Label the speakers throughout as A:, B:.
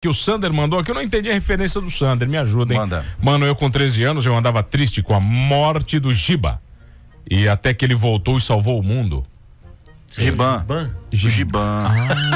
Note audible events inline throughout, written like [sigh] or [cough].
A: que o Sander mandou aqui, eu não entendi a referência do Sander, me ajudem.
B: Manda.
A: Mano, eu com 13 anos, eu andava triste com a morte do Giba. E até que ele voltou e salvou o mundo.
B: Giban.
C: Ban?
B: O Giban.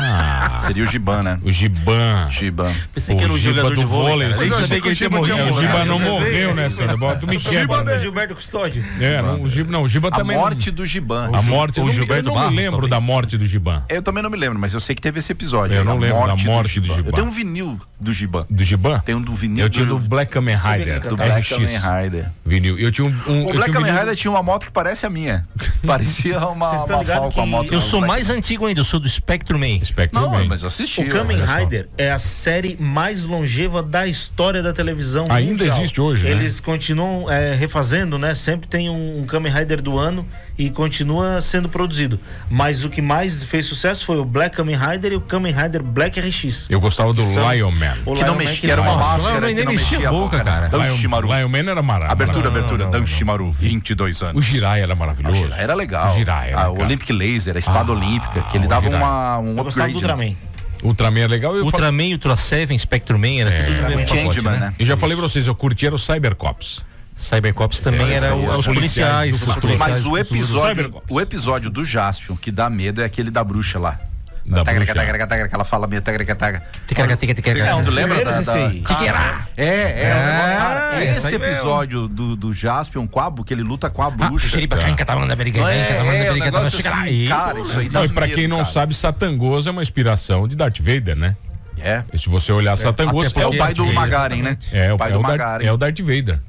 A: Ah.
B: Seria o Giban, né?
A: O Giban.
B: Giban.
C: Pensei que era um
A: o Giba
C: jogador
A: do
C: de
A: vôlei.
C: vôlei. cara.
A: Vocês
C: Nem
A: acham
C: sabia
B: que
C: que ele
B: o
C: tinha
B: Giba tinha
C: morrido.
A: É, O Giba
B: Giba
A: não
B: né?
A: morreu, né, Sander? Bota- Tu me quebra. né?
C: Gilberto Custódio.
A: É, não, o Giba não. O Giba
B: A
A: também.
B: morte do Giban.
A: A morte
D: ou
A: do
B: é
A: Giba. Eu
D: Gilberto
A: não me
D: Barros,
A: lembro
D: talvez.
A: da morte do Giban.
B: Eu também não me lembro, mas eu sei que teve esse episódio.
A: Eu
B: aí,
A: não
B: a
A: lembro da morte do Giban.
B: Eu tenho um vinil do Giban.
A: Do Giban?
B: Tem um do vinil
A: Eu tinha do Black Kamen Rider.
B: é do Black
A: RX.
B: Kamen Rider.
A: Vinil. Eu tinha um. um- eu
B: O
A: tinha
B: Black
A: um
B: Kamen
A: vinil-
B: Rider tinha uma moto que parece
A: [laughs]
B: a minha. Parecia uma,
C: Vocês tão
B: uma
C: ligado
B: Falco, a
C: que
B: moto.
D: Eu
B: do
D: sou
B: Black-
D: mais antigo ainda, eu sou do Spectrum Man.
A: Spectrum
B: é Não,
A: Man.
B: mas né? assisti.
C: O Kamen
B: olha só.
C: Rider é a série mais longeva da história da televisão.
A: Ainda
C: mundial.
A: existe hoje, né?
C: Eles continuam é, refazendo, né? Sempre tem um, um Kamen Rider do ano e continua sendo produzido. Mas o que mais fez sucesso foi o Black Kamen Rider e o Kamen Rider Black RX.
A: Eu gostava do
C: São-
A: Lion Man.
C: O
B: Que não
C: Lion Man
B: mexia, que era uma
C: não-
D: Lion
B: máscara.
D: Man
B: que
D: nem
B: não
D: mexia a boca, cara.
B: Dan
A: Lion-
B: Shimaru.
A: Lion Man era maravilhoso.
B: né? Abertura, abertura. Dan Shimaru, 22
A: um- O
B: anos.
A: Jiraiya era
B: O
A: maravilhoso.
B: Jiraiya Era legal.
A: O Jiraiya,
B: Ah,
A: né,
B: o
A: cara?
B: Olympic Laser, a espada
A: Ah,
B: olímpica, que ele
A: o
B: dava
A: Jiraiya.
B: uma, um
C: Eu gostava
B: upgrade.
C: do
B: né?
C: Ultraman.
A: Ultraman é legal. Eu, falo-
D: Ultraman, Ultra Seven, Spectrum Man,
A: É,
D: era tudo do mesmo pacote,
B: Changeman, né?
A: eu já falei pra vocês, eu curti era o Cybercops.
D: Cybercops também
B: É,
D: era
B: isso aí,
D: o-
B: os
D: os policiais.
A: policiais do
D: os
A: futuro.
D: policiais
B: Mas
D: do
B: o
D: futuro.
B: episódio, o episódio do Jaspion que dá medo é aquele da bruxa lá.
A: Da
B: Tagra,
A: bruxa.
B: tagra, tagra, que ela fala meio tagra, tagra.
D: Tica, tica, tica, tica.
C: É um
B: Tu lembra da,
C: Primeiros
B: da...
C: esse aí.
A: Ah.
B: Cara, É, é. o negócio- cara,
D: é isso
B: esse
D: aí mesmo.
B: episódio do, do Jaspion com a Bu- que ele luta com a
D: Ah,
B: bruxa.
D: xeripa,
A: tá.
D: cai em catalana, beriga,
B: É,
D: cai em catalana,
B: é, o
D: beriga,
B: negócio
D: tá, chega lá,
B: assim,
D: e-
B: cara, isso aí dá
A: Não, e pra
B: medo,
A: quem não
B: cara.
A: sabe, Satangoso é uma inspiração de Darth Vader, né?
B: É.
A: E Se você olhar Satangoso,
D: até
B: É o pai
D: Darth
B: do
D: Vader,
B: Magaren, né?
A: É, o
B: pai
A: é
B: do
A: o Dar-
B: Magaren.
A: É o Darth Vader.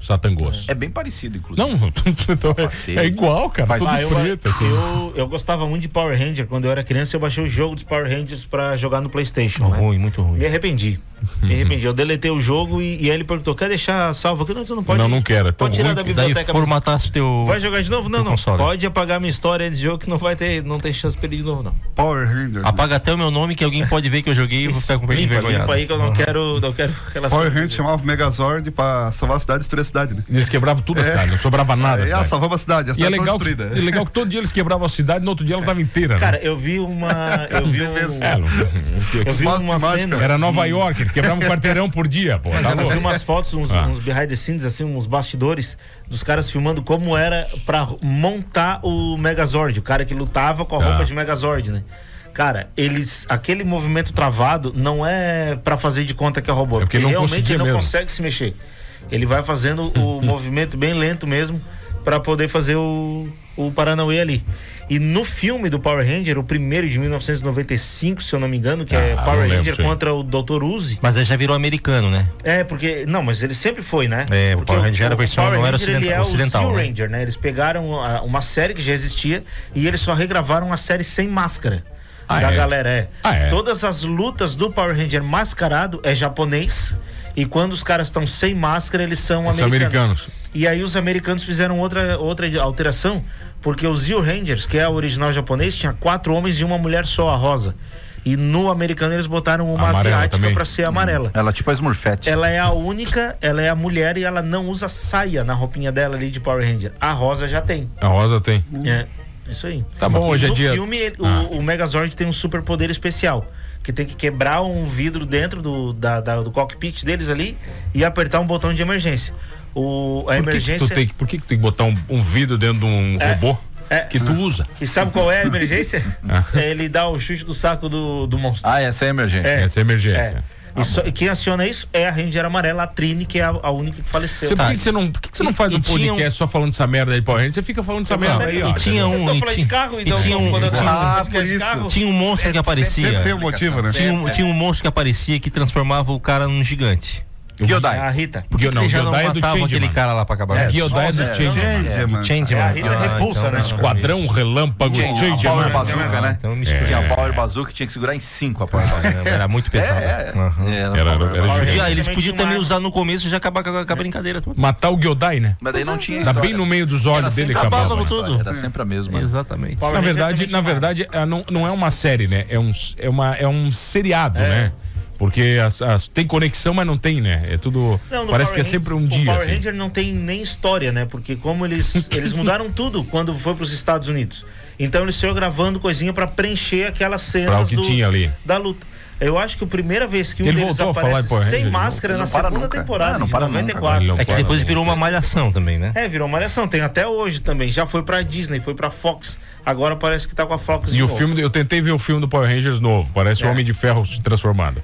A: Satangoso.
B: É bem parecido, inclusive.
A: Não, então é,
B: Cacete.
A: é igual, cara.
B: Mas-
A: tudo
C: Ah, eu,
A: preto, assim.
C: eu, eu gostava muito de Power Ranger. Quando eu era criança, eu baixei o jogo dos Power Rangers pra jogar no PlayStation. né?
D: Ruim, muito
C: Me
D: ruim.
C: arrependi.
A: [laughs]
C: Me arrependi. Eu deletei o jogo e, e aí ele perguntou: quer deixar salvo aqui? Não, tu não pode.
A: Não, não quero, é tão
C: pode tirar
A: ruim
C: da
A: que-
D: Daí
C: biblioteca.
D: formatasse o teu.
C: Vai jogar de novo? Não,
D: no
C: não.
D: console.
C: Pode apagar minha história desse jogo que não vai ter, não tem chance pra ele de novo, não.
B: Power Ranger.
E: né?
D: Apaga até o meu nome que alguém pode ver que eu joguei e vou
A: Tá um
D: ficar com vergonha.
C: Limpa, limpa aí que eu não quero, não quero
E: é
C: relação.
E: Power Rangers chamava o Megazord pra salvar a cidade e destruir a cidade, né?
A: Eles quebravam tudo a
E: É.
A: cidade, não sobrava nada. a
E: Aí, ah,
A: cidade.
E: salvamos a cidade,
A: E
E: a
A: é
E: cidade toda
A: legal, que,
E: destruída.
A: é legal que todo dia eles quebravam a cidade, no outro dia ela tava inteira. né?
C: Cara, eu vi uma. Eu vi um,
A: É, não-
C: eu vi
E: Faz
C: uma
E: temática.
C: cena.
A: Era Nova York, ele quebrava um quarteirão por dia, pô. Tá
C: Eu vi
A: louco.
C: umas fotos, uns,
A: Ah.
C: uns behind the scenes, assim, uns bastidores dos caras filmando como era pra montar o Megazord, o cara que lutava com a
A: Tá.
C: roupa de Megazord, né? Cara, eles. Aquele movimento travado não é pra fazer de conta que é robô.
A: É porque
C: porque
A: ele não
C: realmente
A: conseguia
C: ele não
A: mesmo.
C: consegue se mexer. Ele vai fazendo
A: [laughs]
C: o movimento bem lento mesmo pra poder fazer o, o Paranauê ali. E no filme do Power Ranger, o primeiro de 1995, se eu não me engano, que é
A: Ah,
C: Power
A: não lembro,
C: Ranger
A: sim.
C: contra o Dr. Uzi,
D: Mas aí já virou americano, né?
C: é, porque. Não, mas ele sempre foi, né?
D: É, o
C: Porque
D: Power Ranger era a versão-
C: Power
D: não era
C: Ranger, ele
D: ocidenta-
C: é
D: ocidental,
C: O Steel
D: né?
C: Ranger, né? Eles pegaram a- uma série que já existia e eles só regravaram a série sem máscara.
A: Ah,
C: da
A: é?
C: galera, é.
A: Ah, é?
C: Todas as lutas do Power Ranger mascarado é japonês. E quando os caras estão sem máscara, eles são
A: Eles são americanos.
C: E aí os americanos fizeram outra, outra alteração, porque os Zio Rangers, que é o original japonês, tinha quatro homens e uma mulher só, a rosa. E no americano eles botaram uma
A: Amarela
C: asiática
A: também.
C: pra ser amarela.
B: Ela é tipo a Smurfette.
C: Ela é a única, ela é a mulher e ela não usa saia na roupinha dela ali de Power Ranger. A Rosa já tem.
A: A Rosa tem.
C: É, isso aí.
A: Tá bom,
C: E
A: hoje é
C: no
A: dia-
C: filme, ele- o-
A: Ah.
C: o, Megazord tem um superpoder especial. Que tem que quebrar um vidro dentro do, da- da- do cockpit deles ali e apertar um botão de emergência. O, a
A: Por que, que
C: emergência.
A: tu tem, que- por que, que tu tem que botar um, um vidro dentro de um
C: É.
A: robô
C: É.
A: que tu usa?
C: E sabe qual é
A: [laughs]
C: a emergência?
A: Ah.
C: É ele dá o chute do saco do, do monstro.
B: Ah, essa é a emergência.
C: É.
A: Essa é a
C: É.
A: emergência.
C: E, só- e quem aciona isso é a Ranger amarela, a Trine, que é a, a única que faleceu.
A: Você, por
D: Tá.
A: que, que você não, por que que você não faz
D: E-
A: um
D: e tinha
A: podcast só falando essa merda aí, Power Ranger? Você fica falando essa
C: é
A: merda aí, ó.
D: E tinha
C: Vocês
D: um.
C: estão
D: e
C: falando de
D: tinha-
C: carro,
D: e
C: então?
D: tinha um-
C: quando eu tinha
B: Ah,
C: um podcast
B: por
C: de
B: isso.
C: carro?
D: Tinha um monstro que aparecia.
E: Sempre tem um motivo, né?
D: Tinha um,
C: É, é.
D: tinha um monstro que aparecia que transformava o cara num gigante.
C: É a
A: Ah,
B: Kyodai.
C: Rita.
D: Por que
A: Gyo-
D: que
A: não,
D: ele já não
A: Giodai é do
D: matava aquele
A: Changeman.
D: cara lá pra acabar?
B: É,
D: com ele?
A: Giodai do
B: Nossa, é.
A: Changeman.
E: Changeman.
D: Changeman.
C: É, a Rita
D: Ah,
C: Repulsa, né?
D: não.
A: Esquadrão Relâmpago
B: Tinha
A: Changeman.
B: Power Bazooka, né?
D: Então me
B: Tinha
D: escolhi.
B: o Power Bazooka que tinha que segurar em cinco a Power Bazooka.
D: Era [laughs] muito
B: É,
D: pesado.
B: é.
D: Aham.
B: É,
A: Era-
B: Power
A: era
B: Bazooka.
A: gigante.
D: E aí, eles
C: Também
D: podiam
C: tinha
D: também
C: uma-
D: usar no começo e já acabar com a, com a brincadeira toda.
A: Matar o Giodai, né?
B: Mas daí não tinha
A: Tá
B: história.
A: bem no meio dos
B: Era
A: olhos
B: sempre
A: dele,
B: a
A: acabou.
D: acabava
B: mesma
A: mano.
D: tudo.
B: história, Era sempre a mesma.
D: Exatamente.
C: Power
A: Na
C: Ranger
A: verdade,
C: também
A: na
C: tinha.
A: verdade, é, não, não é uma série, né? É um, é uma, é um seriado, né? Porque as- as- tem conexão, mas não tem, né? É tudo.
C: Não, no
A: parece que
C: Power
A: é sempre um
C: Ranger- O
A: dia.
C: Power
A: assim.
C: Ranger não tem nem história, né? Porque
A: [laughs]
C: como eles eles mudaram tudo quando foi pros Estados Unidos. Então eles foram gravando coisinha pra preencher aquelas cenas
A: Pra o que
C: do-
A: tinha ali.
C: da luta. É, Eu acho que a primeira vez que um
A: Ele
C: deles
A: voltou a falar
C: aparece
A: em Power Ranger
C: sem
A: de novo?
C: máscara é na
B: Não para
C: segunda
B: nunca.
C: temporada,
B: Ah, não
C: de
B: para nunca,
C: 94.
A: ele não
D: É que
A: para.
D: depois virou uma malhação também, né?
C: É, virou malhação, tem até hoje também. Já foi pra Disney, foi pra Fox, agora parece que tá com a Fox de
A: E o
C: novo.
D: um
C: É.
A: filme, eu tentei ver o filme do Power Rangers novo, parece o Homem de Ferro se transformando.